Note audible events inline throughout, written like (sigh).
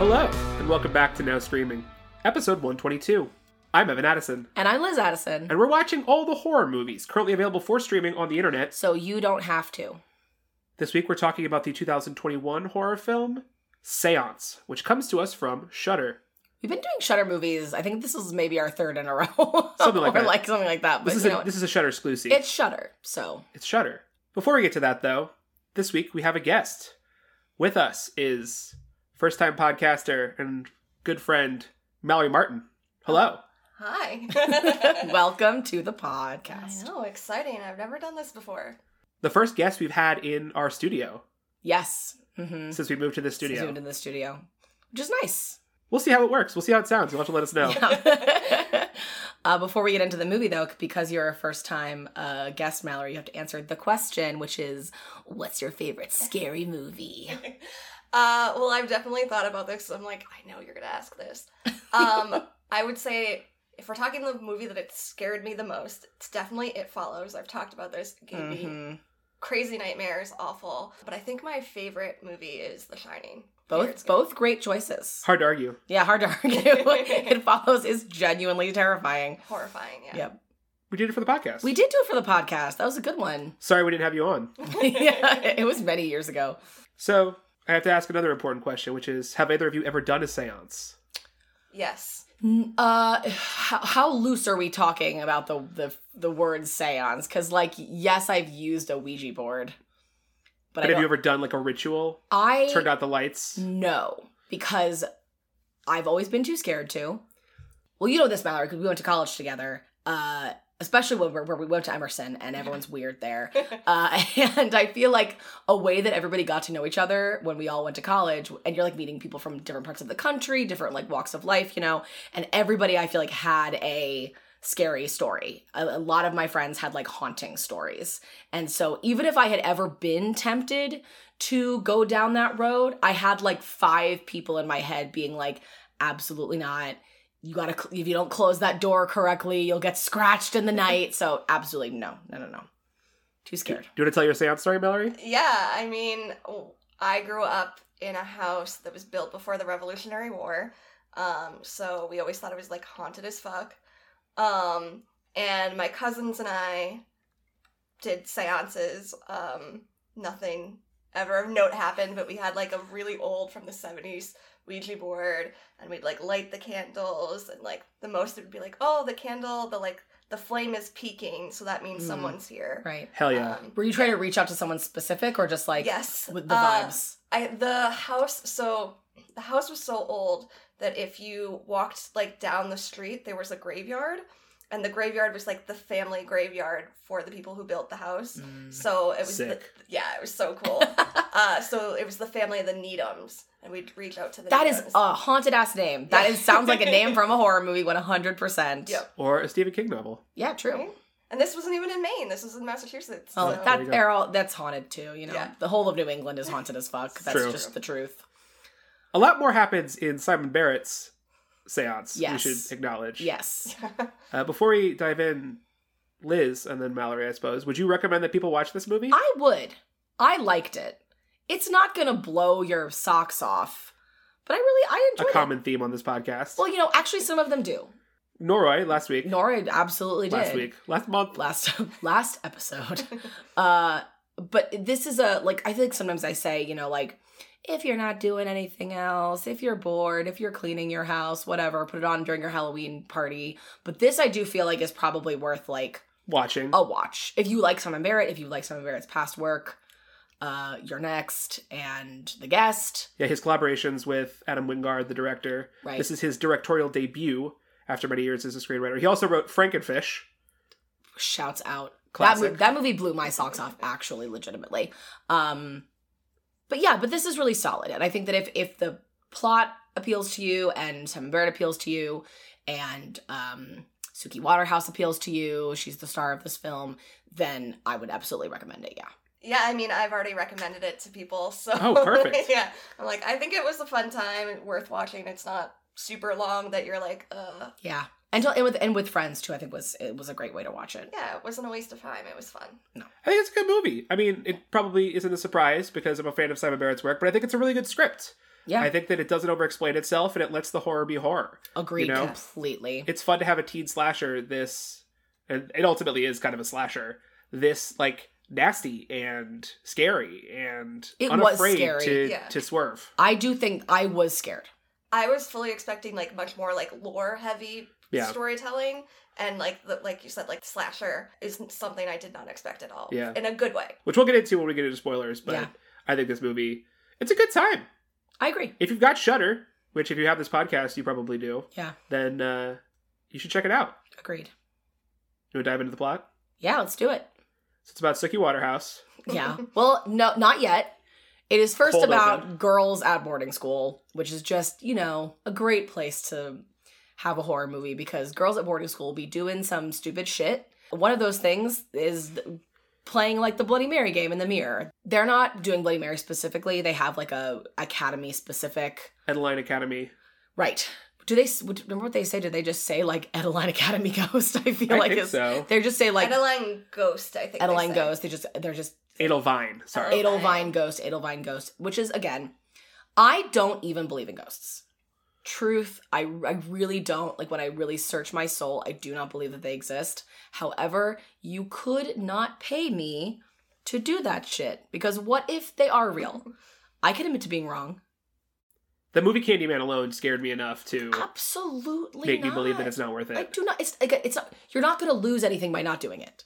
Hello, and welcome back to Now Streaming, episode 122. I'm Evan Addison, And I'm Liz Addison, and we're watching all the horror movies currently available for streaming on the internet. so you don't have to. This week we're talking about the 2021 horror film Seance, which comes to us from Shudder. We've been doing Shutter movies. I think this is maybe our third in a row, (laughs) Something like or that. like something like that. But This is you a, know, this is a Shudder exclusive. it's Shutter, (laughs) so (laughs) It's Shudder. Before we get to that though, this week we have a guest. With us is first-time podcaster and good friend Mallory Martin. Hello. (laughs) Hi. (laughs) welcome to the I podcast. know, exciting. I've never done this before. The first guest we've had in our studio Yes, mm-hmm. since we moved to this studio. zoomed in the studio, which is nice. We'll see how it works. We'll see how it sounds. You'll have to let us know. Yeah. (laughs) uh, before we get into the movie, though, because you're a first time uh, guest, Mallory, you have to answer the question, which is, "What's your favorite scary movie?" (laughs) uh, well, I've definitely thought about this. 'cause I'm like, I know you're going to ask this. (laughs) Um, I would say if we're talking the movie that it scared me the most, it's definitely It Follows. I've talked about this. It gave me Mhm. crazy nightmares, awful. But I think my favorite movie is The Shining. Favorite Both scary- both great choices. Hard to argue. Yeah, hard to (laughs) argue. it follows is genuinely terrifying. Horrifying, yeah. Yep. We did it for the podcast. We did do it for the podcast. That was a good one. (laughs) Sorry we didn't have you on. yeah, it was many years ago. So I have to ask another important question, which is: Have either of you ever done a séance? Yes. N- Uh, how, how loose are we talking about the the the word seance? Because like, yes, I've used a Ouija board, But but I have don't, you ever done like a ritual? I Mm, Turned out the lights. no because I've always been too scared to. Well, you know this, Mallory, because we went to college together. Uh, especially when we're, where we went to Emerson, and everyone's weird there. Uh, and I feel like a way that everybody got to know each other when we all went to college, and you're like meeting people from different parts of the country, different like walks of life, you know, and everybody I feel like had a scary story. A, a lot of my friends had like haunting stories. And so even if I had ever been tempted to go down that road, I had like five people in my head being like, absolutely not. You gotta, cl- if you don't close that door correctly, you'll get scratched in the night. So, absolutely no, no, no, no. Too scared. Do you want to tell your séance story, Mallory? Yeah, I mean, I grew up in a house that was built before the Revolutionary War, um, so we always thought it was like haunted as fuck. Um, and my cousins and I did seances. Um, nothing ever of note happened, but we had like a really old from the 70s Ouija board, and we'd like light the candles, and like the most it would be like, oh, the candle, the like, the flame is peaking, so that means Mm. someone's here. Right. Hell Oh, yeah. Um, Were you trying to reach out to someone specific or just like yes. with the Uh, vibes? I the house so the house was so old that if you walked like down the street there was a graveyard and the graveyard was like the family graveyard for the people who built the house. Mm-hmm. Mm. So it was the- Sick. yeah, it was so cool. uh, so it was the family of the Needhams and we'd reach out to the That is Needhams. a haunted ass name. That is sounds like a name from a horror movie 100%. Yep. Or a Stephen King novel. Yeah, true. Right? And this wasn't even in Maine. This was in Massachusetts. Well, so- There you that go. they're all that's haunted too, you know. Yeah. The whole of New England is haunted as fuck. That's True. just the truth. A lot more happens in Simon Barrett's séance. Yes. We should acknowledge. Yes. (laughs) Uh, before we dive in, Liz and then Mallory, I suppose. Would you recommend that people watch this movie? I would. I liked it. It's not going to blow your socks off, but I really I a enjoyed it. common theme on this podcast. Well, you know, actually some of them do. Norroy last week. Nora absolutely did. last week. Last month. last (laughs) last episode. Uh but this is a like I think sometimes I say, you know, like if you're not doing anything else, if you're bored, if you're cleaning your house, whatever, put it on during your Halloween party. But this I do feel like is probably worth like watching. a watch. If you like Simon Barrett, if you like Simon Barrett's past work, uh, You're Next and The Guest. Yeah, his collaborations with Adam Wingard, the director. Right. This is his directorial debut after many years as a screenwriter. He also wrote Frankenfish. shouts out. Classic. That, mo- that movie blew my socks off, actually, legitimately. Um, but yeah, but this is really solid, and I think that if if the plot appeals to you, and Simon Barrett appeals to you, and um, Suki Waterhouse appeals to you, she's the star of this film, then I would absolutely recommend it. Yeah, Yeah, I mean, I've already recommended it to people, (laughs) so Oh, perfect. yeah, I'm like, I think it was a fun time, worth watching. It's not super long that you're like, uh, yeah, and, to- and with and with friends too. I think was it was a great way to watch it. yeah, it wasn't a waste of time. It was fun. I think it's a good movie. I mean, it probably isn't a surprise because I'm a fan of Simon Barrett's work, but I think it's a really good script. Yeah. I think that it doesn't overexplain itself and it lets the horror be horror. Agreed you know? completely. It's fun to have a teen slasher this and it ultimately is kind of a slasher. This like nasty and scary and It was unafraid scary, to yeah. to swerve. I do think I was scared. I was fully expecting like much more like lore heavy Yeah. storytelling and like the, like you said like slasher is something I did not expect at all. Yeah. In a good way. Which we'll get into when we get into spoilers, but Yeah. I think this movie it's a good time. I agree. If you've got Shudder, which if you have this podcast you probably do, Yeah. then uh you should check it out. Agreed. You want to dive into the plot? Yeah, let's do it. So it's about Sookie Waterhouse. (laughs) (laughs) Yeah. well, no, not yet. It is first Cold about open. girls at boarding school, which is just, you know, a great place to have a horror movie because girls at boarding school be doing some stupid shit. One of those things is th- playing like the Bloody Mary game in the mirror. They're not doing Bloody Mary specifically, they have like a academy specific. Adeline Academy. Right. Do they s- would- remember what they say? Did they just say like Adeline Academy (laughs) Ghost? I feel I like think it's so. they just say like Adeline, Adeline Ghost, I think. they say. Ghost. They just they're just Edelvine. Sorry. Uh, Adel- Edelvine ghost, Edelvine ghost, which is again, I don't even believe in ghosts. Truth, I, I really don't. Like when I really search my soul, I do not believe that they exist. However, you could not pay me to do that shit because what if they are (laughs) real? I can admit to being wrong. the movie Candyman alone scared me enough to Absolutely make not. me believe that it's not worth it. I do not. It's like it's not. You're not going to lose anything by not doing it.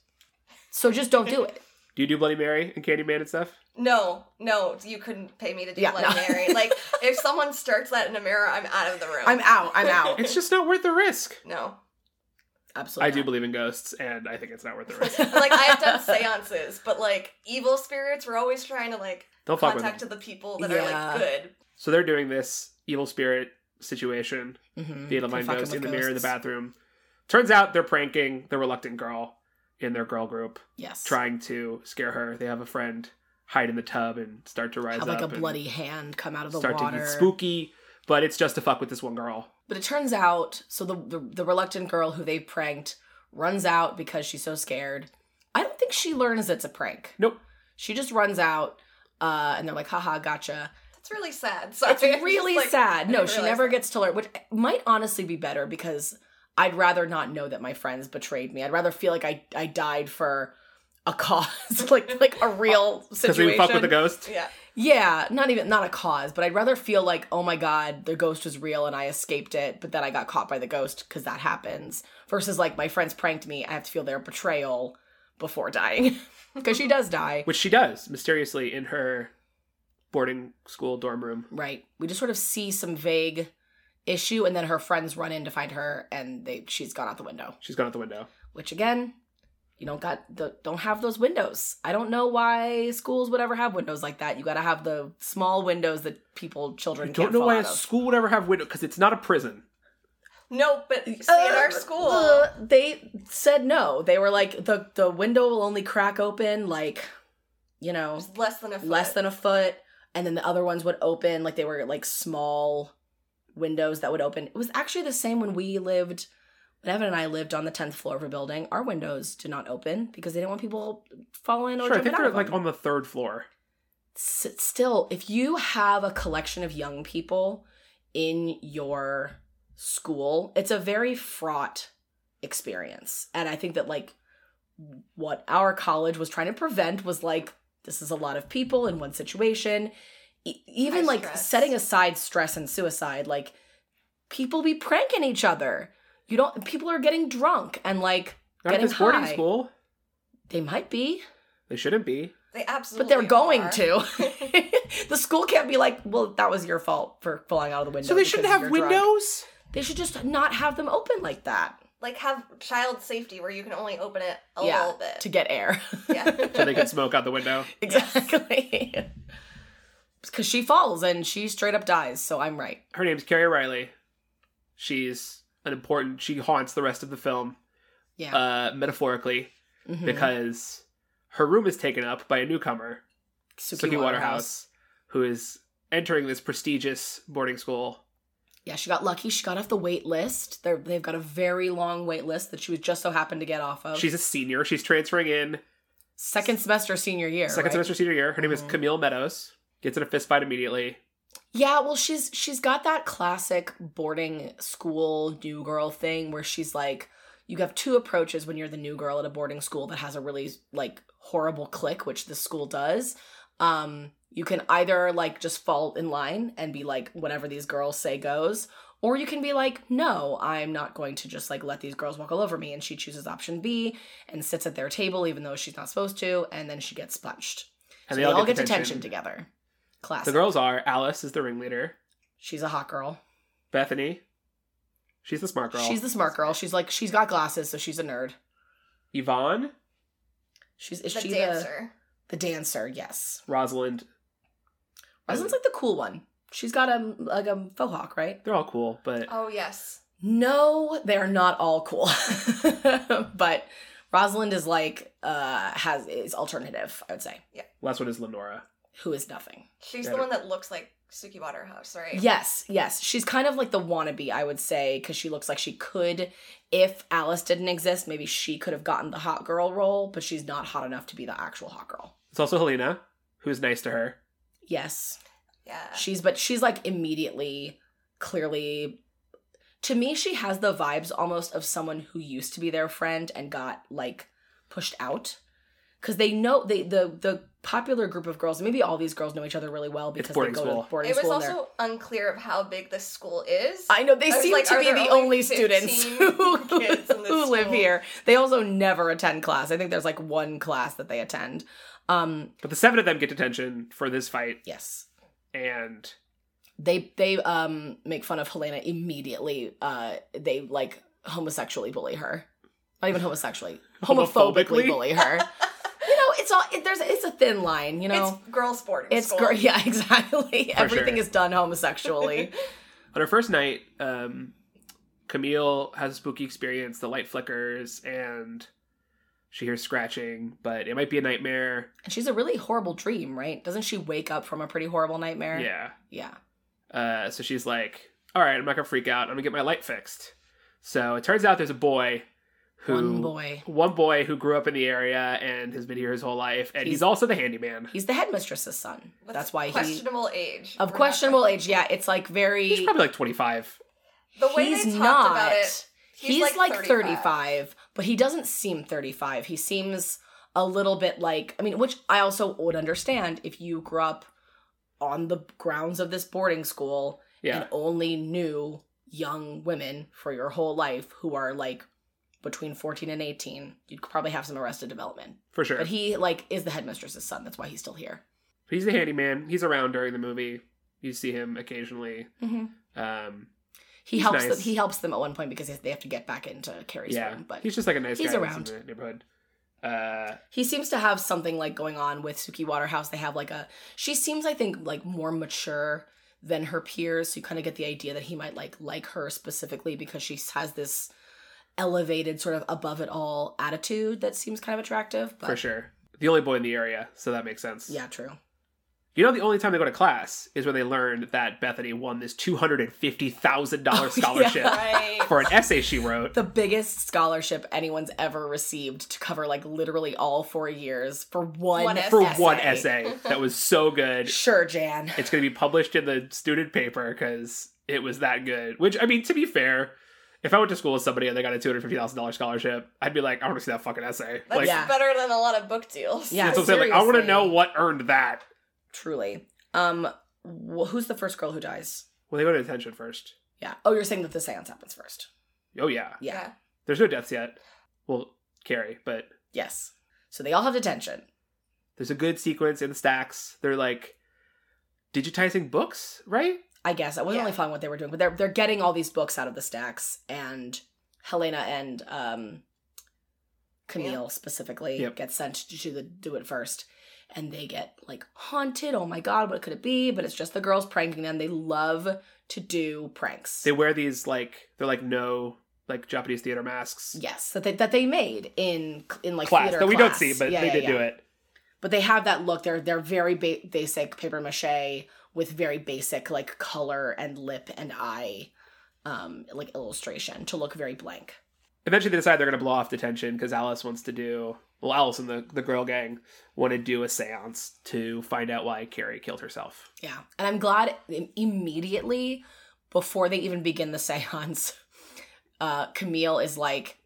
So just don't do (laughs) it. do you do Bloody Mary and Candyman and stuff? No, no, you couldn't pay me to do Yeah, Bloody no. (laughs) Mary. Like if someone starts that in a mirror, I'm out of the room. I'm out. I'm out. (laughs) It's just not worth the risk. no. Absolutely. I do not. believe in ghosts, and I think it's not worth (laughs) the risk. like I've done seances, but like evil spirits were always trying to like They'll fuck with contact them. the people that are Yeah. like good. So they're doing this evil spirit situation, Mhm. the Edelvine Fucking ghost in with the mirror in the ghosts. bathroom. Turns out they're pranking the reluctant girl in their girl group, Yes. trying to scare her. They have a friend hide in the tub and start to rise have up like a and bloody hand come out of the start water. to get spooky, but it's just to fuck with this one girl. But it turns out, so the, the the reluctant girl who they pranked runs out because she's so scared. I don't think she learns it's a prank. Nope. She just runs out, uh, and they're like, "Haha, (laughs) gotcha." That's really sad. So It's (laughs) really sad. No, didn't she realize never that. gets to learn, which might honestly be better because I'd rather not know that my friends betrayed me. I'd rather feel like I I died for a (laughs) cause, like like (laughs) a real Because situation. we fuck with the ghost. Yeah. Yeah, not even not a cause, but I'd rather feel like, oh my god, the ghost was real and I escaped it, but then I got caught by the ghost because that happens. Versus like my friends pranked me, I have to feel their betrayal before dying (laughs) because she does die. which she does mysteriously in her boarding school dorm room. Right. We just sort of see some vague issue, and then her friends run in to find her, and they she's gone out the window. She's gone out the window. Which again, you don't got the don't have those windows. I don't know why schools would ever have windows like that. You got to have the small windows that people I children don't can't know fall why out a of. school would ever have window because it's not a prison. No, but see, at Uh, our school, uh, they said no. They were like the the window will only crack open like you know it's less than a foot. less than a foot, and then the other ones would open like they were like small windows that would open. It was actually the same when we lived. When Evan and I lived on the tenth floor of a building, our windows did not open because they didn't want people falling or Sure, I jumping think out they're of like them. on the third floor. S- still if you have a collection of young people in your school it's a very fraught experience and i think that like what our college was trying to prevent was like this is a lot of people in one situation E- even High like stress. setting aside stress and suicide like people be pranking each other you don't people are getting drunk and like Not Getting at this boarding high. school. they might be They shouldn't be. They but absolutely. they're going are. to. (laughs) the school can't be like, well, that was your fault for falling out of the window. so they shouldn't because have you're drunk." windows. They should just not have them open like that Like have child safety where you can only open it a Yeah, little bit. to get air. (laughs) yeah. so they can smoke out the window. exactly. (laughs) Because she falls and she straight up dies, so I'm right. Her name's Carrie Riley. She's an important. She haunts the rest of the film, Yeah. uh, metaphorically, Mhm. because her room is taken up by a newcomer Suki Suki Waterhouse, who is entering this prestigious boarding school. Yeah, she got lucky. She got off the wait list. They're, they've got a very long wait list that she was just so happened to get off of. She's a senior. She's transferring in second semester senior year. second right? semester senior year. Her name is Mhm. Camille Meadows. Gets in a fist fight immediately. Yeah, well she's she's got that classic boarding school new girl thing where she's like you have two approaches when you're the new girl at a boarding school that has a really like horrible clique, which this school does. Um you can either like just fall in line and be like whatever these girls say goes or you can be like no i'm not going to just like let these girls walk all over me and she chooses option b and sits at their table even though she's not supposed to and then she gets punched so they, all, get detention together classic The girls are Alice is the ringleader, she's a hot girl. Bethany, she's the smart girl. she's the smart girl she's like she's got glasses so she's a nerd Yvonne, she's is the she dancer. the dancer yes Rosalind. Mm. Rosalind's like the cool one she's got a like a faux hawk right They're all cool, but Oh yes. No, they're not all cool. (laughs) but Rosalind is like uh has is alternative, I would say. last one is Lenora. Who is nothing. She's Better. the one that looks like Suki Waterhouse, right? Yes, yes. She's kind of like the wannabe, I would say, cuz she looks like she could if Alice didn't exist, maybe she could have gotten the hot girl role, but she's not hot enough to be the actual hot girl. It's also Helena, who's nice to her. Yes. Yeah. She's but she's like immediately clearly to me she has the vibes almost of someone who used to be their friend and got like pushed out cuz they know they the the popular group of girls maybe all these girls know each other really well because they boarding go school. to boarding it was school and they're- also unclear of how big this school is. I know they I was seem like, to are be there the only only students 15 who, kids in this who live school? here. They also never attend class. I think there's like one class that they attend. Um But the seven of them get detention for this fight, yes. and they they um make fun of Helena immediately. Uh, they like homosexually bully her, not even homosexually, homophobically Homophobically? bully (laughs) her. you know, it's all it, there's it's a thin line. You know, It's girls' boarding it's, school. gr- (laughs) yeah, exactly. For Everything sure. is done (laughs) homosexually. on her first night, um, Camille has a spooky experience. The light flickers, and she hears scratching, but it might be a nightmare. and she's a really horrible dream, right? Doesn't she wake up from a pretty horrible nightmare? Yeah. yeah. Uh, so she's like, "All right, I'm not gonna freak out. I'm gonna get my light fixed." So it turns out there's a boy who One boy. one boy who grew up in the area and has been here his whole life, and he's, He's- also the handyman. He's the headmistress's son. With That's why he questionable age. of Remember. questionable age. Yeah, it's like very. He's probably like 25. The way he's they talked not. about it, he's, like, 35. but he doesn't seem 35 he seems a little bit like i mean which i also would understand if you grew up on the grounds of this boarding school Yeah. and only knew young women for your whole life who are like between 14 and 18 you'd probably have some arrested development For sure. but he like is the headmistress's son that's why he's still here he's the handyman. He's around during the movie. You see him occasionally. mm-hmm. Um, he He's helps nice. them he helps them at one point because they have to get back into carrie's yeah, room but he's just like a nice he's guy that's around. in the neighborhood. Uh, He seems to have something like going on with Suki Waterhouse. They have like a she seems I think like more mature than her peers. So you kind of get the idea that he might like like her specifically because she has this elevated sort of above it all attitude that seems kind of attractive. But for sure. The only boy in the area, so that makes sense. yeah, true. You know, the only time they go to class is when they learn that Bethany won this two hundred and fifty thousand (laughs) Oh, dollar scholarship yeah. (laughs) Right. for an essay she wrote. (laughs) The biggest scholarship anyone's ever received to cover like literally all four years for one, One for essay. one essay that was so good. Sure, Jan. It's going to be published in the student paper because it was that good. Which, I mean, to be fair, if I went to school with somebody and they got a $250,000 scholarship, I'd be like, I want to see that fucking essay. That's like, Yeah. better than a lot of book deals. Yeah. that's what I'm saying. Like, I want to seriously. know what earned that. Truly. Um, wh- who's the first girl who dies? Well, they go to detention first. Yeah. Oh, you're saying that the seance happens first. Oh, yeah. Yeah. There's no deaths yet. Well, Carrie, but Yes. So they all have detention. there's a good sequence in the stacks. They're like digitizing books, right? I guess I wasn't Yeah. really following what they were doing, but they're they're getting all these books out of the stacks, and Helena and um, Camille specifically Yep. get sent to do the do it first, and they get like haunted. Oh my god, what could it be? But it's just the girls pranking them. They love to do pranks. They wear these, like, they're like no, like Japanese theater masks. yes, that they that they made in in like class theater that we don't class. see, but Yeah, they yeah, did yeah. do it. but they have that look. They're they're very ba- basic paper mache with very basic like color and lip and eye, um, like illustration to look very blank. eventually they decide they're going to blow off detention because Alice wants to do well. Alice and the the girl gang want to do a séance to find out why Carrie killed herself. Yeah. And I'm glad im- immediately before they even begin the (laughs) seance, uh, Camille is like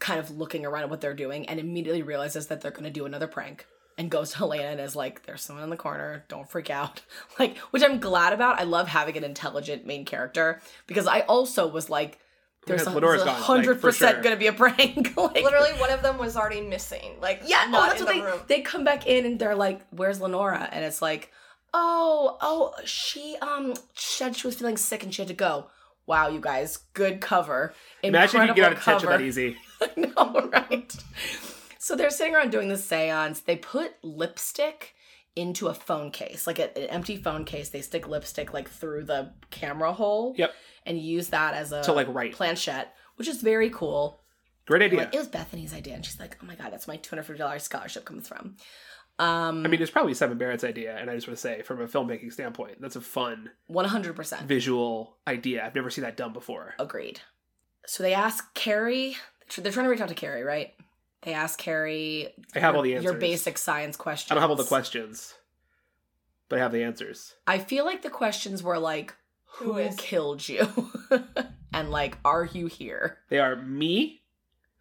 kind of looking around at what they're doing and immediately realizes that they're going to do another prank and goes to (laughs) Helena and is like, there's someone in the corner. Don't freak out. (laughs) Like, which I'm glad about. I love having an intelligent main character because I also was like, there's Yeah, a Lenore's there's a gone, like, for 100% sure. going to be a prank. (laughs) like, Literally, one of them was already missing. Like, yeah, no, not that's in what the they room. they come back in and they're like, "Where's Lenora?" And it's like, "Oh, oh, she um said she was feeling sick and she had to go." Wow, you guys, good cover. Imagine if you get out of Incredible detention that easy. cover. (laughs) I know, right? So they're sitting around doing the séance. They put lipstick into a phone case, like a- an empty phone case. They stick lipstick like through the camera hole. Yep. And use that as a to like right. planchette, which is very cool. Great I'm idea. Like, it was Bethany's idea, and she's like, "Oh my god, that's my two hundred fifty dollars scholarship comes from." Um, I mean, it's probably Simon Barrett's idea, and I just want to say, from a filmmaking standpoint, that's a fun one hundred percent visual idea. I've never seen that done before. agreed. So they ask Carrie. They're trying to reach out to Carrie, right? They ask Carrie. I have all the your- answers. Your basic science questions. I don't have all the questions, but I have the answers. I feel like the questions were like, Who "Who, is- killed you?" (laughs) and like, "Are you here?" They are me,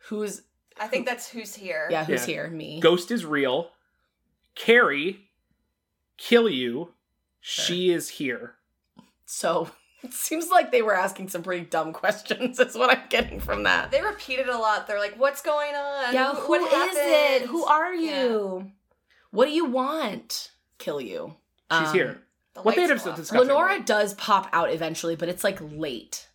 Who's I think that's who's here. yeah? Who's Yeah. here? Me. (laughs) ghost is real, Carrie, kill you, she is here. So (laughs) it seems like they were asking some pretty dumb questions. (laughs) Is what I'm getting from that. They repeated a lot. They're like, "What's going on? Yeah, Wh- who what is happened? it? Who are you? Yeah. What do you want? Kill you. She's Um, here. The What they lights had off. discussed- Lenora does pop out eventually, but it's like late.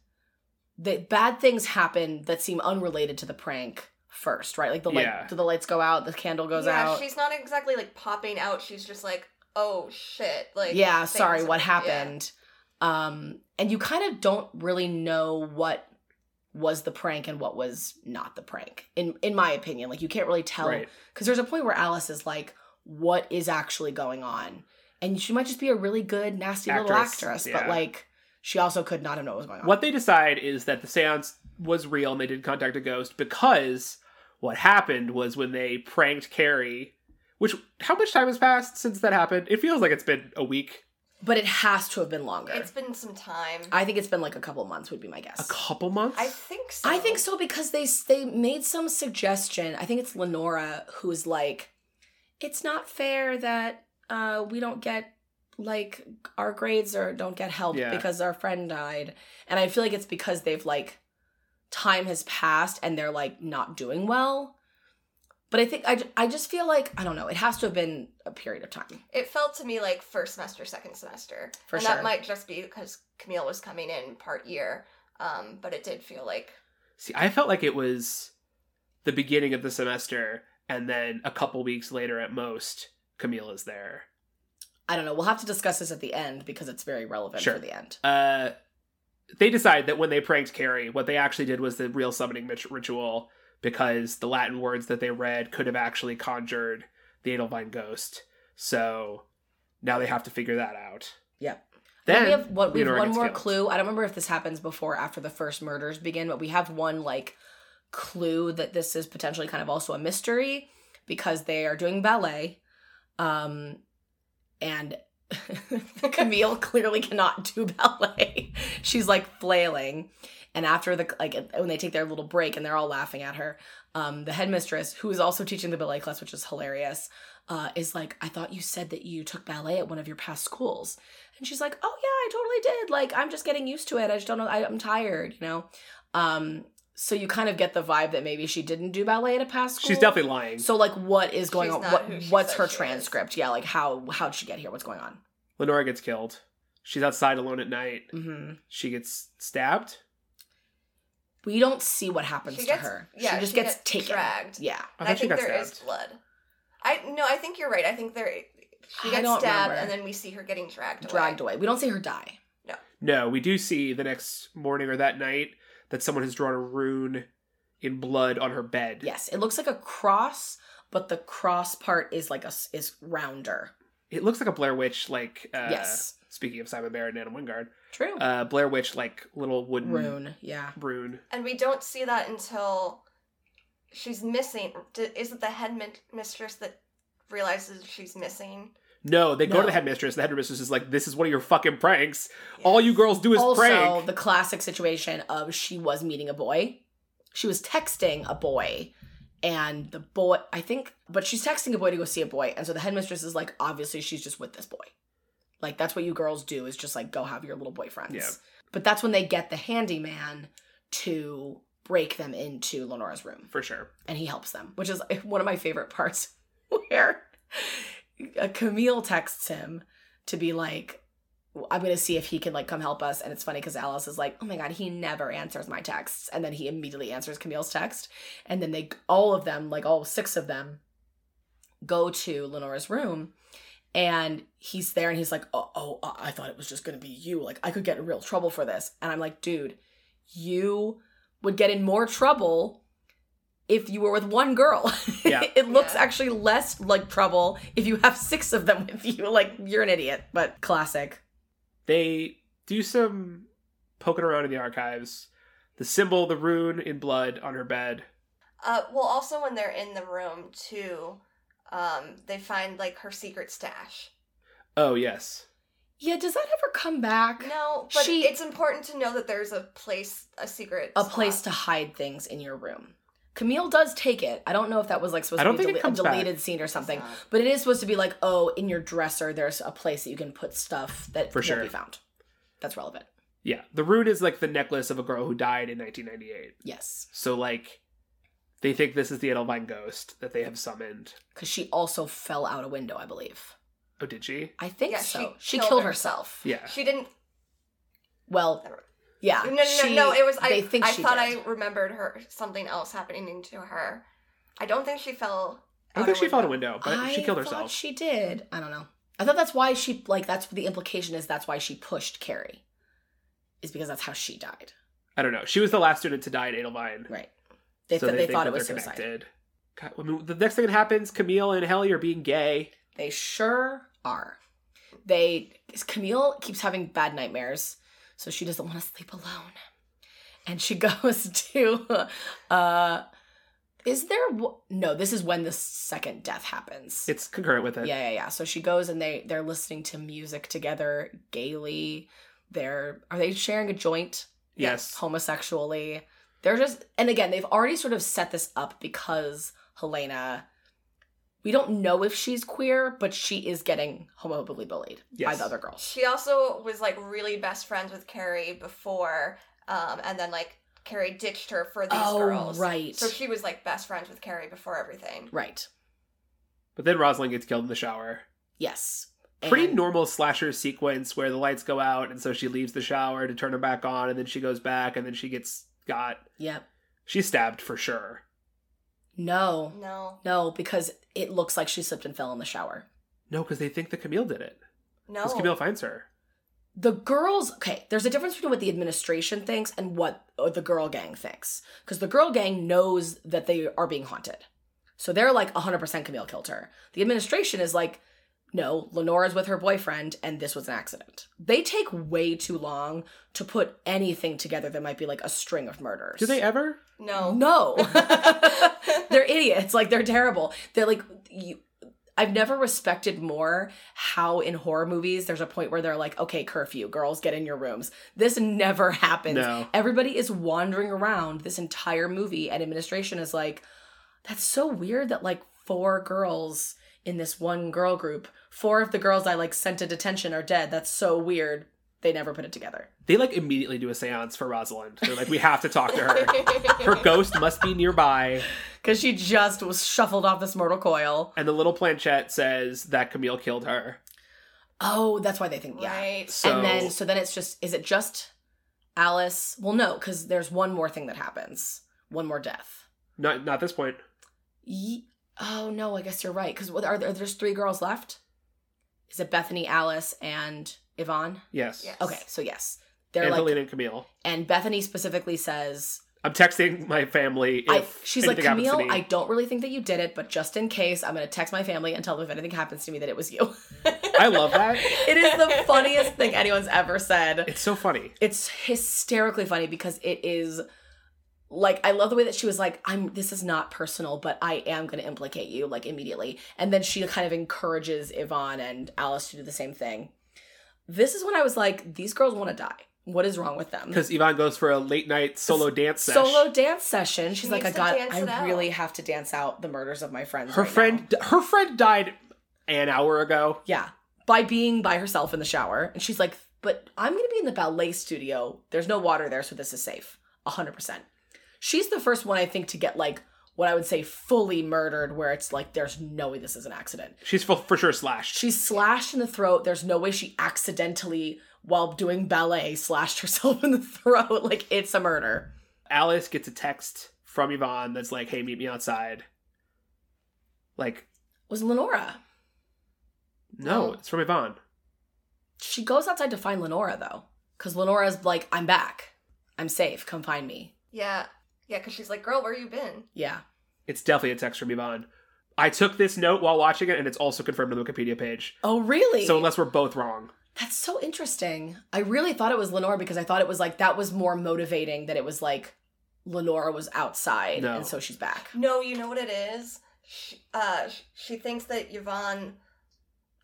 That bad things happen that seem unrelated to the prank first, right? Like the light, Yeah. do the lights go out, the candle goes yeah, out. she's not exactly like popping out. She's just like, "Oh shit!" Like, yeah, things- sorry, what yeah. happened? Um, and you kind of don't really know what was the prank and what was not the prank. In in my opinion, like you can't really tell Right. because there's a point where Alice is like, "What is actually going on?" And she might just be a really good, nasty little Actress, actress, yeah. but like, she also could not have known what was going on. What they decide is that the seance was real and they did contact a ghost because what happened was when they pranked Carrie, which, how much time has passed since that happened? It feels like it's been a week, But it has to have been longer. It's been some time. I, I think it's been like a couple months. Would be my a guess. couple months. think so. I think so because they s- they made some suggestion. I think it's Lenora who's like, "It's not fair that uh, we don't get like our grades or don't get help Yeah. because our friend died." And I feel like it's because they've like time has passed and they're like not doing well. But I think I, j- I just feel like I don't know. It has to have been a period of time. It felt to me like first semester, second semester. For and sure. that might just be because Camille was coming in part year. Um, but it did feel like See, I felt like it was the beginning of the semester, and then a couple weeks later at most, Camille is there. I don't know. We'll have to discuss this at the end because it's very relevant Sure. for the end. Uh, they decide that when they pranked Carrie, what they actually did was the real summoning mit- ritual because the Latin words that they read could have actually conjured the Edelvine ghost. So now they have to figure that out. Yep. Then we have what we have Leonora one gets more killed. clue. I don't remember if this happens before or after the first murders begin, but we have one like clue that this is potentially kind of also a mystery because they are doing ballet. Um and (laughs) Camille clearly cannot do ballet. (laughs) She's like flailing. And after the like when they take their little break and they're all laughing at her, um, the headmistress, who is also teaching the ballet class, which is hilarious, uh, is like, I thought you said that you took ballet at one of your past schools. And she's like, Oh yeah, I totally did. Like, I'm just getting used to it. I just don't know I, I'm tired, you know? Um, so you kind of get the vibe that maybe she didn't do ballet at a past school. She's definitely lying. So like what is going She's on? not What who she what's says her she is. transcript? Yeah, like how how'd she get here? What's going on? Lenora gets killed. She's outside alone at night. hmm She gets stabbed. We don't see what happens She to gets- her. yeah, she just she gets, gets taken. dragged. Yeah. I and I thought she think got there is stabbed. blood. I no, I think you're right. I think there she I gets don't stabbed remember. and then we see her getting dragged Dragged away. away. We don't see her die. No, we do see the next morning or that night that someone has drawn a rune in blood on her bed. Yes. It looks like a cross, but the cross part is like a s- is rounder. It looks like a Blair Witch, like uh, yes. Speaking of Simon Barrett and Anna Wingard, True. uh, Blair Witch, like little wooden Rune. Yeah. rune. And we don't see that until she's missing. D- Is it the head min- mistress that realizes she's missing? No, they go No. to the headmistress. The headmistress is like, "This is one of your fucking pranks. All you girls do is also prank." the classic situation of she was meeting a boy she was texting a boy and the boy i think but she's texting a boy to go see a boy and so the headmistress is like obviously she's just with this boy like that's what you girls do is just like go have your little boyfriends Yeah. but that's when they get the handyman to break them into lenora's room For sure. and he helps them, which is one of my favorite parts (laughs) where uh, Camille texts him to be like, I'm going to see if he can like come help us. And it's funny because Alice is like, oh my God, he never answers my texts. And then he immediately answers Camille's text. And then they, all of them, like all six of them, go to Lenora's room. And he's there and he's like, oh, oh I I thought it was just going to be you. Like, I could get in real trouble for this. And I'm like, dude, you would get in more trouble if you were with one girl. (laughs) Yeah. it looks Yeah. actually less like trouble if you have six of them (laughs) with you. Like you're an idiot, but classic. They do some poking around in the archives. The symbol, the rune in blood on her bed. Uh, well, also when they're in the room too, um, they find like her secret stash. Oh yes, Yeah, does that ever come back? No, but She- it's important to know that there's a place, a secret, A place to hide things in your room. Camille does take it. I don't know if that was like supposed I don't to be think it dele- a comes back. deleted scene or something, but it is supposed to be like, oh, in your dresser, there's a place that you can put stuff that For won't sure. be found. That's relevant. yeah. The rune is like the necklace of a girl who died in 1998. Yes, So like, they think this is the Edelvine ghost that they have summoned. because she also fell out a window, I believe. Oh, did she? I think Yeah, she so. She, killed killed, herself. Yeah. She didn't. Well, yeah. No, no, she- no, no. It was. I. they think I she thought did. I remembered her something else happening to her. I don't think she fell. I don't out think she window. found a window, but she killed thought herself. She did. I don't know. I thought that's why she like that's the implication is that's why she pushed Carrie, is because that's how she died. I don't know. She was the last student to die at Edelvine. Right. They So thought they, think thought that it was they're suicide. connected. God, I mean, the next thing that happens, Camille and Helly are being gay. They sure are. They 'cause Camille keeps having bad nightmares, so she doesn't want to sleep alone, and she (laughs) goes to. uh Is there w- no? This is when the second death happens. It's concurrent with it. yeah yeah yeah so she goes and they they're listening to music together gaily they're are they sharing a joint Yes. homosexually they're just and again they've already sort of set this up because helena we don't know if she's queer but she is getting homophobic bullied by Yes. the other girls She also was like really best friends with Carrie before, um, and then like Carrie ditched her for these oh girls. right So she was like best friends with Carrie before everything. right But then Rosalind gets killed in the shower. yes Pretty And- normal slasher sequence where the lights go out, and so she leaves the shower to turn them back on, and then she goes back, and then she gets got. yep She's stabbed for sure. no No, no because it looks like she slipped and fell in the shower No, because they think that Camille did it. no. Because Camille finds her. the girls okay there's a difference between what the administration thinks and what uh, the girl gang thinks because the girl gang knows that they are being haunted so they're like 100% camille killed her the administration is like no lenora's with her boyfriend and this was an accident they take way too long to put anything together that might be like a string of murders Do they ever? no. no (laughs) they're idiots like they're terrible they're like you I've never respected more how in horror movies there's a point where they're like, okay, curfew, girls get in your rooms. This never happens. No. Everybody is wandering around this entire movie, and administration is like, that's so weird that like four girls in this one girl group, four of the girls I like sent to detention are dead. That's so weird. They never put it together. They like immediately do a seance for Rosalind. They're like, we have to talk to (laughs) her. (laughs) Her ghost must be nearby. Because she just was shuffled off this mortal coil. And the little planchette says that Camille killed her. Oh, that's why they think, yeah. Right. So and then so then it's just is it just Alice? Well, no, because there's one more thing that happens, one more death. not not this point. Ye- oh no, I guess you're right. Because are there are there's three girls left? Is it Bethany, Alice, and Yvonne? Yes. Yes. Okay, so yes, Oh, they're and like Helene and Camille. and Bethany specifically says I'm texting my family. If I, she's like, anything happens to Camille, me." I don't really think that you did it, but just in case, I'm going to text my family and tell them if anything happens to me that it was you. (laughs) (laughs) I love that. it is the funniest (laughs) thing anyone's ever said. It's so funny. It's hysterically funny because it is like I love the way that she was like, I'm this is not personal, but I am gonna implicate you like immediately. And then she kind of encourages Yvonne and Alice to do the same thing. This is when I was like, these girls wanna die. What is wrong with them? Because Yvonne goes for a late night solo dance session. Solo dance session. She's like, I needs to got dance it I out." really have to dance out the murders of my friends. her right now." friend her friend died an hour ago. Yeah. By being by herself in the shower. And she's like, but I'm going to be in the ballet studio. There's no water there, so this is safe. 100%. She's the first one, I think, to get like what I would say fully murdered, where it's like, there's no way this is an accident. She's for, for sure slashed. She's slashed in the throat. There's no way she accidentally, while doing ballet, slashed (laughs) herself in the throat. Like, it's a murder. Alice gets a text from Yvonne that's like, "Hey, meet me outside." Like, Was Lenora. no, Oh. No. it's from Yvonne. She goes outside to find Lenora, though, because Lenora's like, I'm back. I'm safe. Come find me. Yeah. Yeah, because she's like, girl, where you been? Yeah. It's definitely a text from Yvonne. I took this note while watching it, and it's also confirmed on the Wikipedia page. Oh, really? So unless we're both wrong, That's so interesting. I really thought it was Lenore because I thought it was like that was more motivating that it was like Lenora was outside No. and so she's back. No, you know what it is? She, uh, sh- she thinks that Yvonne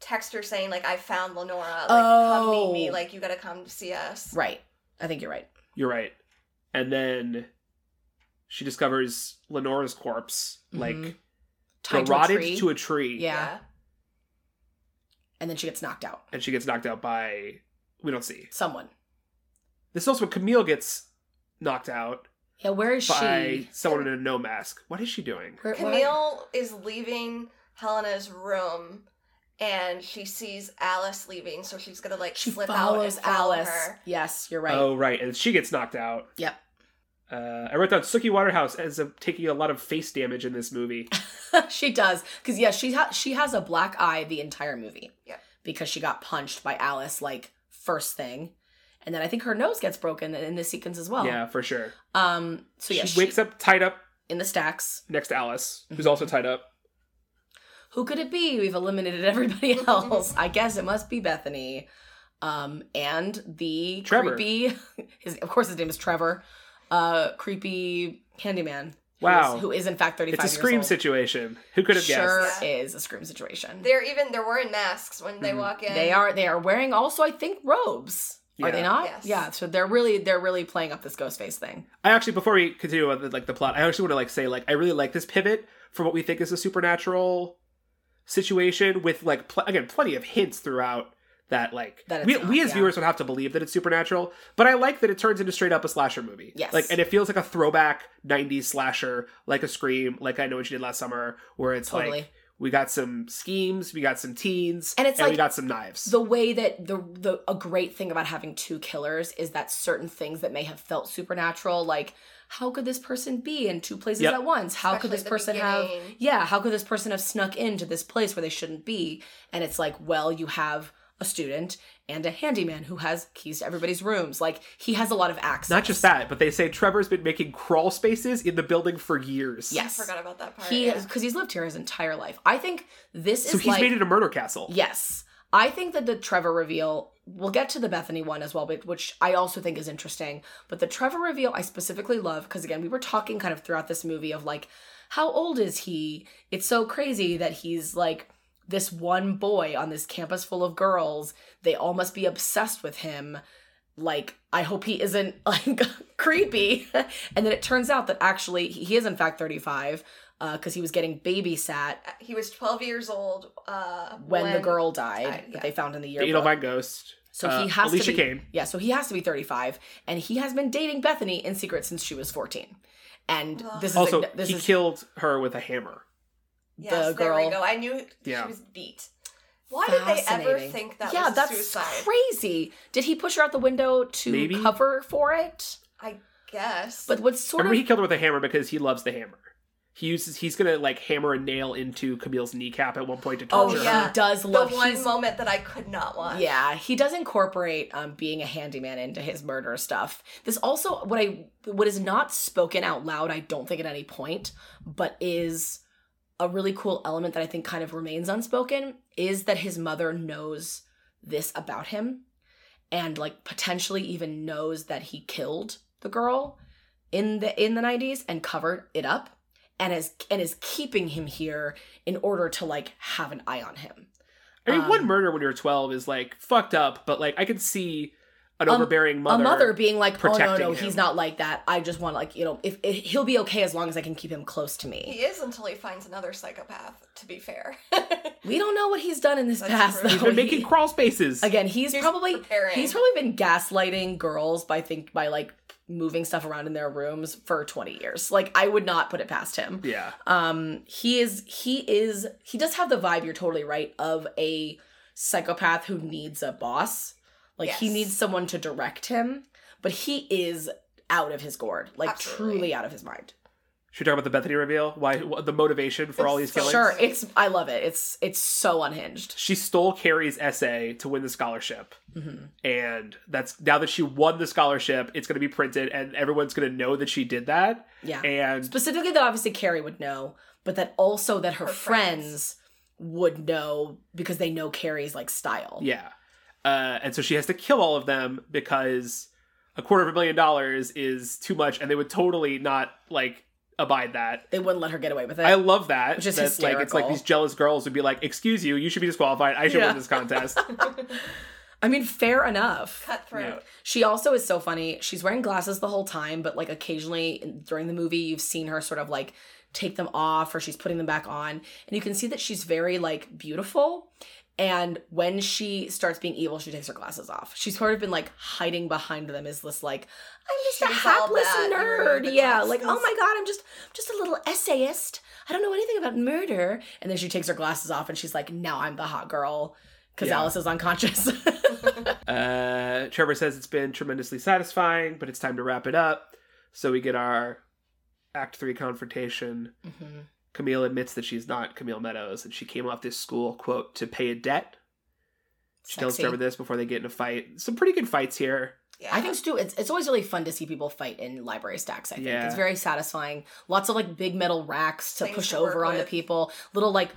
texted her saying, like, I found Lenora. Like, come meet me. Oh. Like, you gotta come see us. Right. I think you're right. you're right. And then she discovers Lenora's corpse, like Mhm. Tied to a garroted tree. to a tree, Yeah. and then she gets knocked out. and she gets knocked out by we don't see. Someone. This is also when Camille gets knocked out Yeah, where is by she? someone in a no mask. What is she doing? Where, where- Camille is leaving Helena's room and she sees Alice leaving, so she's gonna, like, She slip follows out and follow Alice. her. Yes, you're right. Oh, right. And she gets knocked out. Yep. Uh, I wrote down Suki Waterhouse ends up taking a lot of face damage in this movie. (laughs) she does because yeah, she ha- she has a black eye the entire movie. Yep. because she got punched by Alice like first thing, and then I think her nose gets broken in this sequence as (laughs) well. Yeah, for sure. Um. So yeah, she, wakes up tied up in the stacks. next to Alice, who's Mhm. also tied up. who could it be? We've eliminated (laughs) everybody else. I guess it must be Bethany. Um, and the Trevor. creepy (laughs) his of course his name is Trevor. Uh creepy handyman. who Wow. is- Who is in fact thirty It's five a scream years old. situation. Who could have Sure guessed? Yeah. is a scream situation. They're even, they're wearing masks when they Mhm. walk in. Mm-hmm. They are they are wearing also I think robes. Are they Yeah. not? Yes. Yeah. So they're really they're really playing up this ghost face thing. I actually, before we continue with like the plot, I actually want to like say like I really like this pivot from what we think is a supernatural situation with like pl- again plenty of hints throughout that like That it's we, not, we as yeah. viewers would have to believe that it's supernatural, but I like that it turns into straight up a slasher movie. Yes. like and it feels like a throwback '90s slasher, like a Scream, like I Know What You Did Last Summer, where it's Totally. like we got some schemes, we got some teens, And it's we like got some knives. the way that the the a great thing about having two killers is that certain things that may have felt supernatural like how could this person be in two places Yep. at once how could Especially this the person have beginning. yeah how could this person have snuck into this place where they shouldn't be and it's like well you have a student and a handyman who has keys to everybody's rooms like he has a lot of access Not just that, but they say Trevor's been making crawl spaces in the building for years. Yeah. I forgot about that part. he yeah. has because he's lived here his entire life i think this So is he's like made it a murder castle. Yes. I think that the Trevor reveal, we'll get to the Bethany one as well, but which I also think is interesting. But the Trevor reveal I specifically love because, again, we were talking kind of throughout this movie of like, how old is he? It's so crazy that he's like this one boy on this campus full of girls. They all must be obsessed with him. Like, I hope he isn't (laughs) like creepy. and then it turns out that actually he he is, in fact, 35 because he was getting babysat he was 12 years old uh, when, the girl died, died, yeah. that they found in the The yearbook. Edelweiss Ghost. So Uh, he has Alicia to be, Kane. Yeah, so he has to be 35 and he has been dating Bethany in secret since she was 14. And Ugh. this is Also, like, this he is killed her with a hammer. Yes, the there girl. we go. I knew Yeah. she was beat. Why did they ever Fascinating. think that yeah, was that's suicide? crazy. Did he push her out the window to Maybe. cover for it? Guess. But what's sort Remember, of he killed her with a hammer because he loves the hammer. He uses. He's gonna like hammer a nail into Camille's kneecap at one point to oh, torture yeah. her. he does the love one he's- moment that I could not watch. Yeah, he does incorporate um, being a handyman into his murder stuff. This also what I what is not spoken out loud, I don't think at any point, but is a really cool element that I think kind of remains unspoken is that his mother knows this about him and like potentially even knows that he killed the girl in the in the 90s and covered it up and is and is keeping him here in order to like have an eye on him. I mean, one Um, murder when you're 12 is like fucked up, but like I could see an Um, overbearing mother. a mother being like, "Oh no, protecting no, him. he's not like that. I just want like you know, if, if he'll be okay as long as I can keep him close to me." He is until he finds another psychopath, to be fair. (laughs) We don't know what he's done in this That's past. true. Though. He's been making He- crawl spaces. again. He's, He's probably preparing. he's probably been gaslighting girls by think by like moving stuff around in their rooms for twenty years. Like I would not put it past him. Yeah. um he is he is he does have the vibe you're totally right of a psychopath who needs a boss like he Yes. needs someone to direct him but he is out of his gourd like Absolutely. truly out of his mind Should we talk about the Bethany reveal? Why what, the motivation for all these It's so- killings? sure it's i love it it's it's so unhinged She stole Carrie's essay to win the scholarship. hmm And that's now that she won the scholarship, it's going to be printed and everyone's going to know that she did that. yeah And specifically that obviously carrie would know but that also that her, Her friends. friends. would know because they know carrie's like style yeah. Uh, and so she has to kill all of them because a quarter of a million dollars is too much and they would totally not like abide that. they wouldn't let her get away with it I love that. Which is that, like it's like hysterical. these jealous girls would be like, "Excuse you, you should be disqualified. I should Yeah. win this contest." I mean fair enough Cutthroat. She also is so funny. She's wearing glasses the whole time, but like occasionally during the movie, you've seen her sort of like take them off or she's putting them back on. And you can see that she's very like beautiful. And when she starts being evil, she takes her glasses off. She's sort of been like hiding behind them as this like, I'm just a She's all hapless that, and wearing nerd. the Yeah. Like, oh glasses. my God, I'm just I'm just a little essayist. I don't know anything about murder. And then she takes her glasses off and she's like, now I'm the hot girl. Because Yeah. Alice is unconscious. (laughs) uh, Trevor says it's been tremendously satisfying, but it's time to wrap it up. So we get our Act Three confrontation. Mm-hmm. Mhm. Camille admits that she's not Camille Meadows, and she came off this school quote to pay a debt. She tells Sexy. Trevor this before they get in a fight. Some pretty good fights here. Yeah. I think Stu, it's, it's always really fun to see people fight in library stacks. I think Yeah. it's very satisfying. Lots of like big metal racks to Things push to work over onto with. people, little like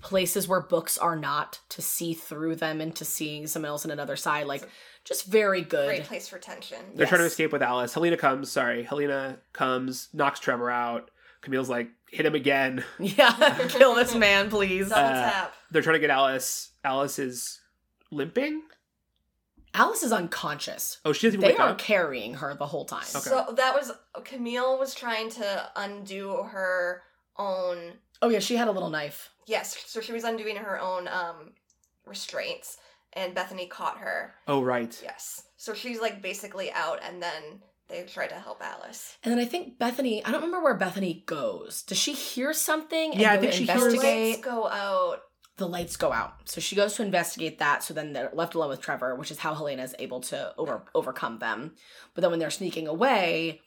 places where books are not to see through them and to seeing someone else on another side. Like, just very Great good. place for tension. They're trying to Yes. escape with Alice. Helena comes. Sorry, Helena comes, knocks Trevor out. Camille's like, "Hit him again." (laughs) (laughs) Yeah, (laughs) kill this man, please. Double Uh, tap. They're trying to get Alice. Alice is limping. Alice is unconscious. Oh, she doesn't even They wake are up. carrying her the whole time. Okay. So that was Camille was trying to undo her own Oh yeah, she had a little knife. yes, so she was undoing her own um restraints and Bethany caught her. Oh, right. Yes. So she's like basically out and then they try to help Alice. And then I think Bethany, I don't remember where Bethany goes. Does she hear something? And Yeah, I go think to she hears- investigate? Lights go out. the lights go out. So she goes to investigate that. So then they're left alone with Trevor, which is how Helena is able to over overcome them. But then when they're sneaking away,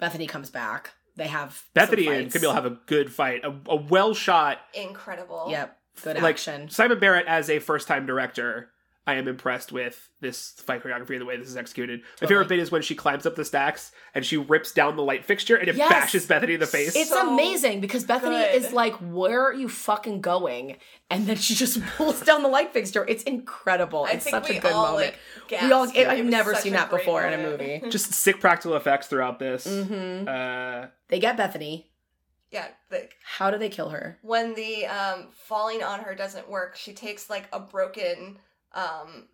Bethany comes back. They have some Bethany and fights. Camille have a good fight, a, a well shot. Incredible. Yep, good like, action. Simon Barrett as a first time director. I am impressed with this fight choreography and the way this is executed. My favorite Totally. bit is when she climbs up the stacks and she rips down the light fixture and it Yes. bashes Bethany in the face. It's so amazing because Bethany good. is like, "Where are you fucking going?" And then she just (laughs) pulls down the light fixture. It's incredible. I It's think such we a good all, moment. like, we all. gasped. I've It was never such seen a that great before in a moment. movie. Just sick practical effects throughout this. hmm Uh, They get Bethany. (laughs) Yeah, the, How do they kill her? when the um falling on her doesn't work, she takes like a broken um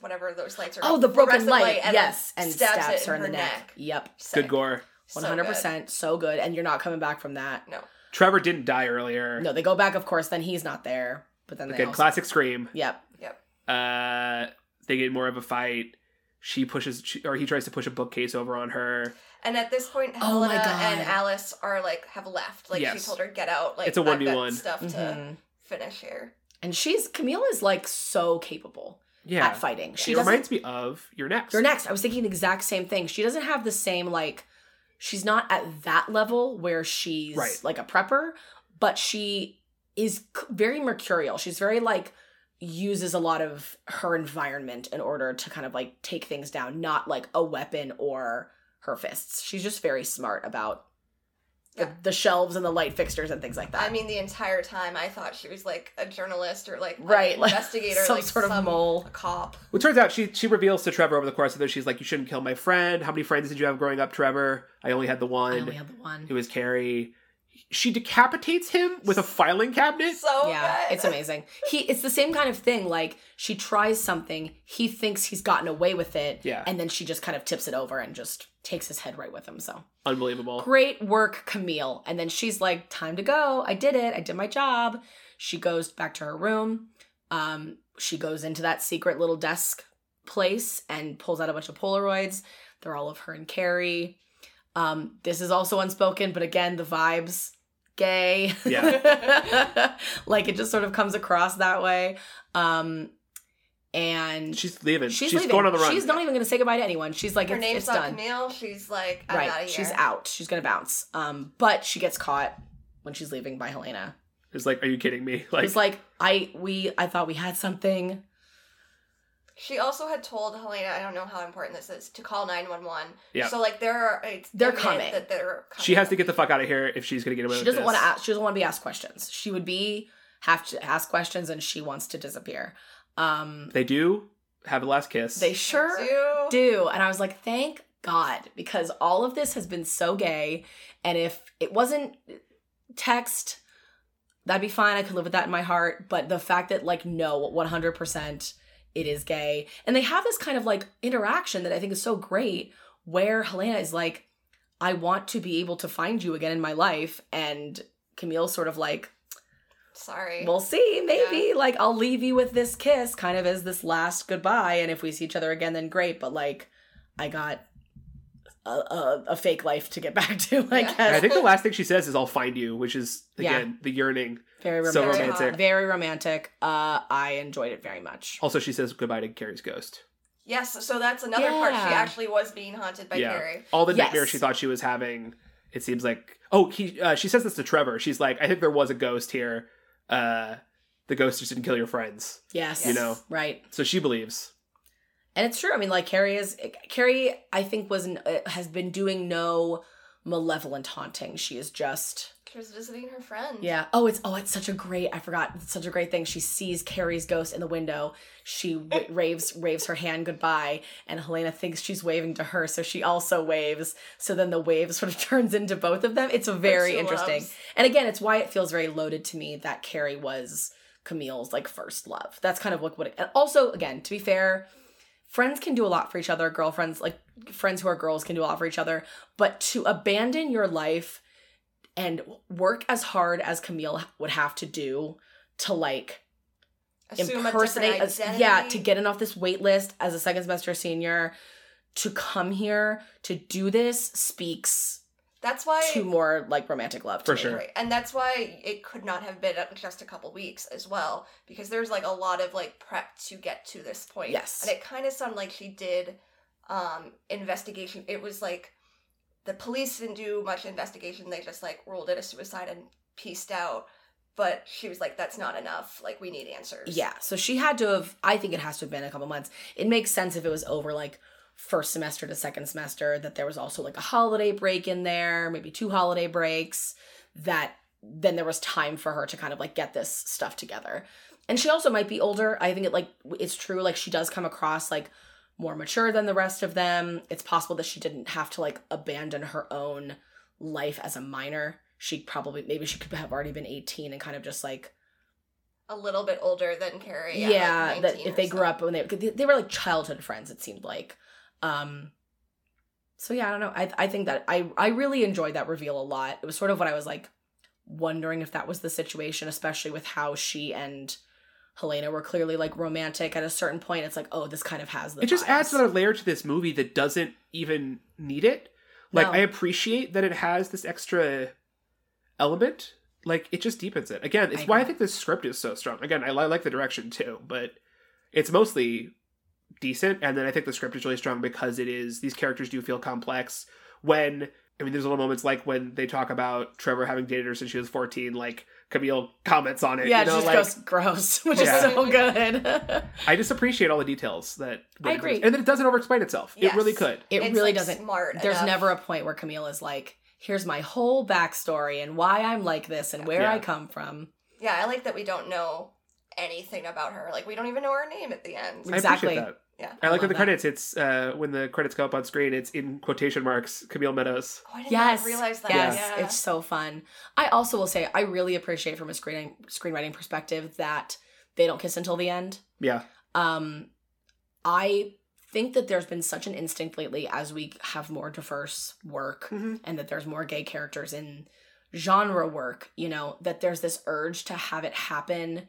whatever those lights are. Oh, the broken fluorescent light. and then yes, and stabs, her in the neck. Yep. good Sick. gore. So One good. hundred percent, so good, and you're not coming back from that. No. Trevor didn't die earlier. No, they go back, of course. Then he's not there, but then they Again, also- classic scream. Yep, Uh, they get more of a fight. She pushes, she, or he tries to push a bookcase over on her. And at this point, Oh my Helena and God. Alice are like have left. Like she Yes. told her, get out. Like It's a I've got 1v1. stuff to Mhm. finish here. and she's Camille is like so capable Yeah, at fighting. She it doesn't. reminds me of your next. you're next. I was thinking the exact same thing. She doesn't have the same like. She's not at that level where she's Right. like a prepper, but she is c- very mercurial. She's very like uses a lot of her environment in order to kind of like take things down, not like a weapon or her fists. She's just very smart about the, Yeah. the shelves and the light fixtures and things like that. I mean, the entire time I thought she was like a journalist or like an right, like investigator, some like sort of some mole. cop. Well, it turns out she she reveals to Trevor over the course of this, she's like, "You shouldn't kill my friend. How many friends did you have growing up, Trevor? I only had the I one. only had the one. It was Carrie." She decapitates him with a filing cabinet. So yeah, Oh, good. it's amazing. He it's the same kind of thing. Like she tries something, he thinks he's gotten away with it, Yeah. and then she just kind of tips it over and just takes his head right with him. So Unbelievable. great work, Camille. And then she's like, "Time to go. I did it. I did my job." She goes back to her room. Um, she goes into that secret little desk place and pulls out a bunch of Polaroids. They're all of her and Carrie. Um, this is also unspoken, but again, the vibes gay. Yeah. (laughs) like it just sort of comes across that way. Um, and She's leaving. she's, She's, leaving. going on the run. She's not even going to say goodbye to anyone. She's like, Her it's, name's it's not done Camille. She's like, I'm out of right. here. She's out. She's gonna bounce. Um, but she gets caught when she's leaving by Helena. It's like, are you kidding me? Like, it's like I we I thought we had something. She also had told Helena, I don't know how important this is, to call 911. Yeah. So, like, there are. It's They're imminent coming. That they're coming. she has to get the fuck out of here if she's gonna get away She with doesn't this. want to ask. She doesn't want to be asked questions. She would be have to ask questions, and she wants to disappear. Um, They do have a last kiss. they sure Do. do. And I was like, thank God, because all of this has been so gay. And if it wasn't text, that'd be fine. I could live with that in my heart. But the fact that, like, no, 100% it is gay. And they have this kind of like interaction that I think is so great where Helena is like, I want to be able to find you again in my life. And Camille's sort of like, Sorry. We'll see, maybe. Like, I'll leave you with this kiss, kind of as this last goodbye. And if we see each other again, then great. But like, I got a, a, a fake life to get back to, I Yeah. And guess. I think the last thing she says is, "I'll find you," which is Yeah. again the yearning. Very romantic. So romantic. Very romantic. Uh, I enjoyed it very much. Also, she says goodbye to Carrie's ghost. yes, so that's another part. She Yeah. actually was being haunted by Yeah. Carrie. All the Yes. nightmares she thought she was having. It seems like oh, he, uh, she says this to Trevor. She's like, "I think there was a ghost here. Uh, the ghost just didn't kill your friends." Yes. You know. Right. So she believes. And it's true. I mean, like, Carrie is, Carrie, I think, was, n- uh, has been doing no malevolent haunting. She is just. She was visiting her friend. Yeah. Oh, it's oh, it's such a great. I forgot. It's such a great thing. She sees Carrie's ghost in the window. She w- raves raves her hand goodbye, and Helena thinks she's waving to her, so she also waves. So then the wave sort of (laughs) turns into both of them. It's a very She interesting. loves- And again, it's why it feels very loaded to me that Carrie was Camille's like first love. That's kind of what what. It, and also, again, to be fair, friends can do a lot for each other. Girlfriends, like friends who are girls, can do a lot for each other. But to abandon your life and work as hard as Camille would have to do to like Assume impersonate, a as- different yeah, to identity. get in off this wait list as a second semester senior, to come here to do this speaks That's why. to more like romantic love. to For me. sure. Right. And that's why it could not have been just a couple weeks as well, because there's like a lot of like prep to get to this point. Yes. And it kind of sounded like she did um investigation. It was like the police didn't do much investigation. They just like ruled it a suicide and pieced out. But she was like, that's not enough. Like, we need answers. Yeah. So she had to have, I think it has to have been a couple months. It makes sense if it was over like first semester to second semester, that there was also like a holiday break in there, maybe two holiday breaks, that then there was time for her to kind of like get this stuff together. And she also might be older. I think it like, it's true. Like she does come across like more mature than the rest of them. It's possible that she didn't have to like abandon her own life as a minor. She probably, maybe she could have already been 18 and kind of just like, A little bit older than Carrie. yeah, at, like, that 19 if or they grew so. up when they 'cause they they were like childhood friends it seemed like um so yeah i don't know i i think that i i really enjoyed that reveal a lot it was sort of what i was like wondering if that was the situation especially with how she and helena were clearly like romantic at a certain point it's like oh this kind of has the it just adds vibes. another layer to this movie that doesn't even need it. Like No. I appreciate that it has this extra element. Like it just deepens it. Again, it's I why I agree. think this script is so strong. Again, I, li- like the direction too, but it's mostly decent. And then I think the script is really strong because it is these characters do feel complex. When I mean, there's little moments like when they talk about Trevor having dated her since she was 14. Like Camille comments on it. yeah you know, it just like, goes gross (laughs) which Yeah. is so (laughs) good I just appreciate all the details that. I agree. and then it doesn't over-explain itself. It really Yes. could. it It's, really like, doesn't Smart. there's enough. never a point where Camille is like, here's my whole backstory and why I'm like this and where Yeah. I come from. Yeah, I like that we don't know anything about her. Like we don't even know her name at the end. I Exactly. appreciate that. Yeah. I like in I love the that. credits. It's uh, when the credits go up on screen. It's in quotation marks. Camille Meadows. Oh, I did Yes. not realize that. Yes, Yeah. it's so fun. I also will say I really appreciate from a screenwriting screenwriting perspective that they don't kiss until the end. Yeah, Um I think that there's been such an instinct lately as we have more diverse work Mhm. and that there's more gay characters in genre work, you know, that there's this urge to have it happen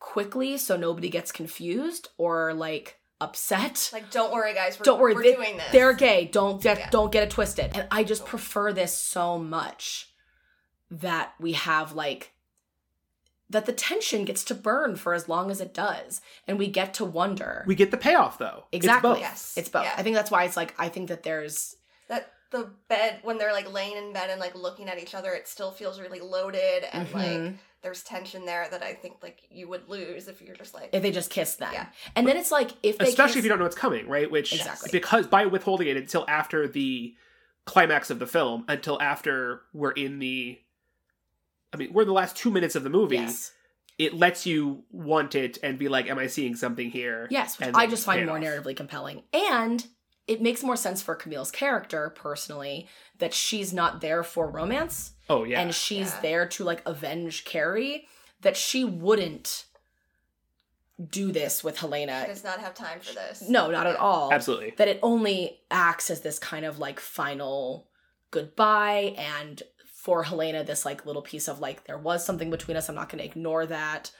quickly so nobody gets confused or like upset. like don't worry guys, we're, Don't worry, we're they- doing this. They're gay. Don't get Yeah. don't get it twisted. And I just prefer this so much that we have like that the tension gets to burn for as long as it does, and we get to wonder. we get the payoff though. It's Exactly. both. yes. it's both. Yeah. I think that's why it's like I think that there's that the bed when they're like laying in bed and like looking at each other, it still feels really loaded and like Mhm. there's tension there that I think like you would lose if you're just like if they just kiss then, Yeah. and then it's like if they Especially if kiss- you don't know what's coming, right? Which Exactly. because by withholding it until after the climax of the film, until after we're in the, I mean, we're in the last two minutes of the movie. yes, It lets you want it and be like, "Am I seeing something here?" yes, which and I then just find pay it more off. narratively compelling, and it makes more sense for Camille's character personally that she's not there for romance. Oh yeah. and she's Yeah. there to like avenge Carrie, that she wouldn't do this with she Helena. does not have time for this. No, not at all. Absolutely. That it only acts as this kind of like final goodbye and for Helena this like little piece of like there was something between us. I'm not going to ignore that.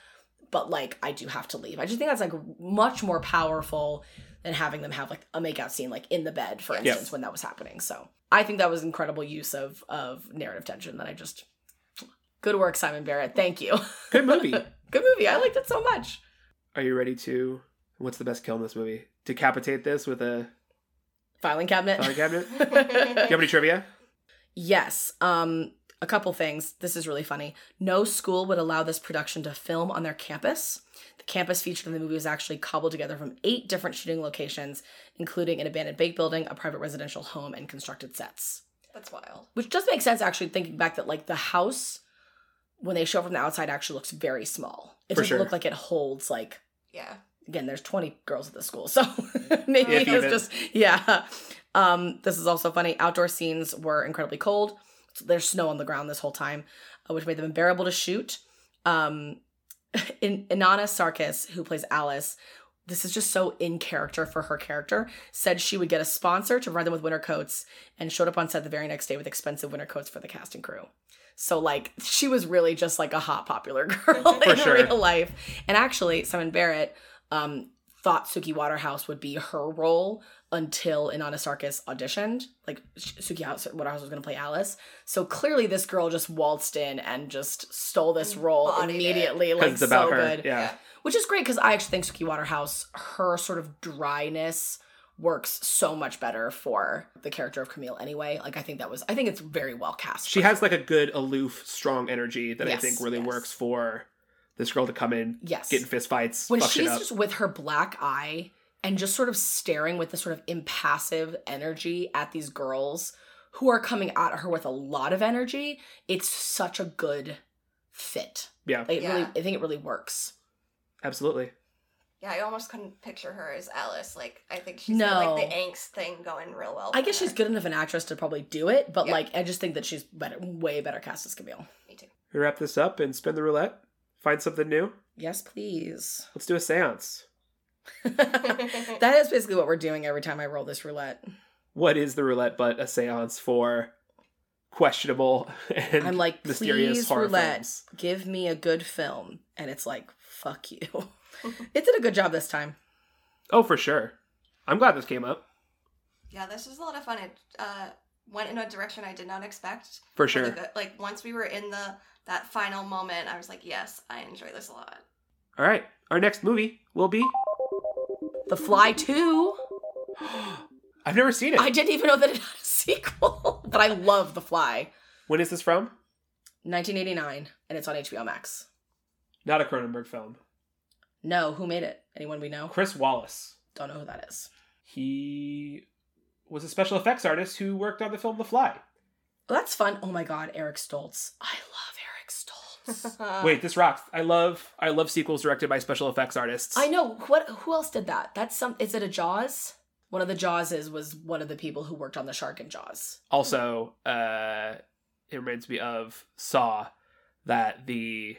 But like I do have to leave. I just think that's like much more powerful than having them have like a makeout scene like in the bed for Yes. instance when that was happening. So I think that was incredible use of of narrative tension that I just good work Simon Barrett. Thank you. (laughs) Good movie. (laughs) good movie. I liked it so much. Are you ready to? What's the best kill in this movie? Decapitate this with a Filing cabinet. filing cabinet. Do (laughs) you Yep. have any trivia? Yes. Um a couple things. This is really funny. No school would allow this production to film on their campus. The campus featured in the movie was actually cobbled together from eight different shooting locations, including an abandoned bank building, a private residential home, and constructed sets. That's wild. Which does make sense actually thinking back that like the house when they show it from the outside actually looks very small. It For doesn't sure. look like it holds like Yeah. again there's 20 girls at the school so (laughs) maybe If it was even. just yeah um this is also funny outdoor scenes were incredibly cold there's snow on the ground this whole time uh, which made them unbearable to shoot um (laughs) in inanna sarkis who plays alice this is just so in character for her character said she would get a sponsor to provide them with winter coats and showed up on set the very next day with expensive winter coats for the cast and crew so like she was really just like a hot popular (laughs) girl For in sure. real life and actually simon barrett um thought Suki Waterhouse would be her role until Inanna Sarkis auditioned. Like sh- Suki House- Waterhouse was going to play Alice, so clearly this girl just waltzed in and just stole this role Embodied it. immediately. Because Like it's about so her. good, Yeah. which is great because I actually think Suki Waterhouse, her sort of dryness works so much better for the character of Camille anyway. Like I think that was, I think it's very well cast. She has like a good aloof, strong energy that I Yes, think really yes. works for this girl to come in, yes, get in fist fights, when fuck shit she's up. just with her black eye and just sort of staring with this sort of impassive energy at these girls who are coming at her with a lot of energy, it's such a good fit. Yeah. Like, it Yeah. really, I think it really works. Absolutely. Yeah, I almost couldn't picture her as Alice. Like I think she's got, like the No. angst thing going real well. I for guess her. she's good enough an actress to probably do it, but Yeah. like I just think that she's better, way better cast as Camille. Me too. We wrap this up and spin the roulette. Find something new. Yes, (laughs) please. (laughs) Let's do a seance. that is basically what we're doing every time I roll this roulette. What is the roulette but a seance for questionable (laughs) and I'm like, mysterious please, horror roulette, films? give me a good film, and it's like, fuck you. (laughs) it did a good job this time. Oh, for sure. I'm glad this came up. Yeah, this was a lot of fun. It uh, went in a direction I did not expect. For Really sure. good. Like once we were in the that final moment, I was like, yes, I enjoy this a lot. All right. Our next movie will (gasps) be. The Fly Two. I've never seen it. I didn't even know that it had a sequel, (laughs) but I love The Fly. When is this from? 1989, and it's on HBO Max. Not a Cronenberg film. No, who made it? Anyone we know? Chris Wallace. Don't know who that is. He was a special effects artist who worked on the film The Fly. Well, that's fun. Oh my god, Eric Stoltz. I love (laughs) Eric Stoltz. Wait, this rocks. I love I love sequels directed by special effects artists. I know. What who else did that? That's some is it a Jaws? One of the Jawses was one of the people who worked on the shark in Jaws. also, uh, it reminds me of Saw that the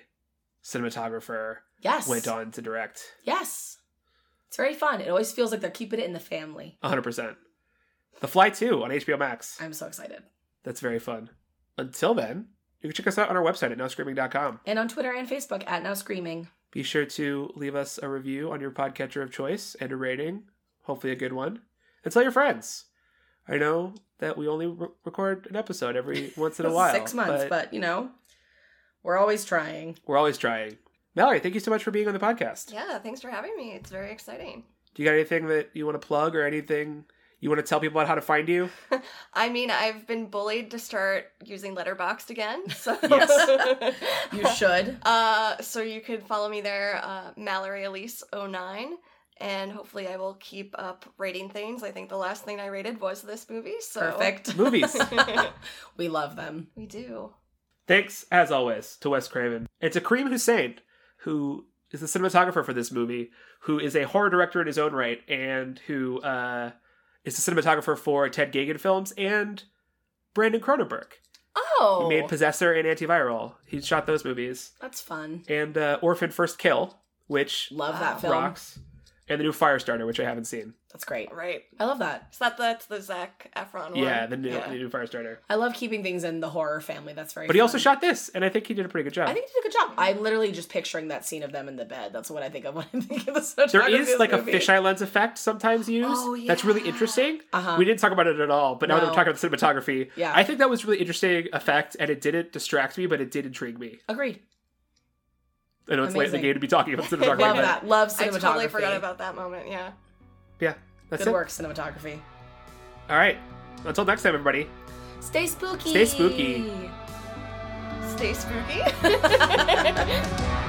cinematographer Yes. went on to direct. Yes. It's very fun. It always feels like they're keeping it in the family. 100%. The Fly 2 on HBO Max. I'm so excited. That's very fun. Until then, you can check us out on our website at nowscreaming.com. And on Twitter and Facebook at Now Screaming. Be sure to leave us a review on your podcatcher of choice and a rating, hopefully a good one, and tell your friends. I know that we only re- record an episode (laughs) every once in a while. Six months, but, you know, we're always trying. we're always trying. Mallory, thank you so much for being on the podcast. Yeah, thanks for having me. It's very exciting. Do you got anything that you want to plug or anything you want to tell people about how to find you? I mean, I've been bullied to start using Letterboxd again. (laughs) So (laughs) Yes. (laughs) You should. (laughs) Uh, so you can follow me there, uh, Mallory Elise 09, and hopefully I will keep up rating things. I think the last thing I rated was this movie. So (laughs) Perfect. Movies. (laughs) we love them. We do. Thanks, as always, to Wes Craven and to Kareem Hussein, who is the cinematographer for this movie, who is a horror director in his own right, and who uh, is the cinematographer for Ted Gagan films and Brandon Cronenberg. Oh. He made Possessor and Antiviral. He shot those movies. That's fun. And uh, Orphan First Kill, which Love Wow. that film. rocks, and the new Firestarter, which I haven't seen. That's great. Right. I love that. Is that that's the Zach Efron one? Yeah, the new, Yeah. the new Firestarter. I love keeping things in the horror family. That's very. But he also fun. shot this, and I think he did a pretty good job. I think he did a good job. I'm literally just picturing that scene of them in the bed. That's what I think of when I think of the cinematography. there of is this like movie. a fisheye lens effect sometimes used. Oh, That's really yeah. interesting. Uh-huh. We didn't talk about it at all, but now that No. we're talking about the cinematography, Yeah. I think that was a really interesting effect, and it didn't distract me, but it did intrigue me. Agreed. I know it's late in the Amazing. game to be talking (laughs) about cinematography. Love but that. Love I cinematography. totally forgot about that moment. Yeah. Yeah, that's Good it. work, cinematography. All right, until next time, everybody. Stay spooky. Stay spooky. Stay spooky.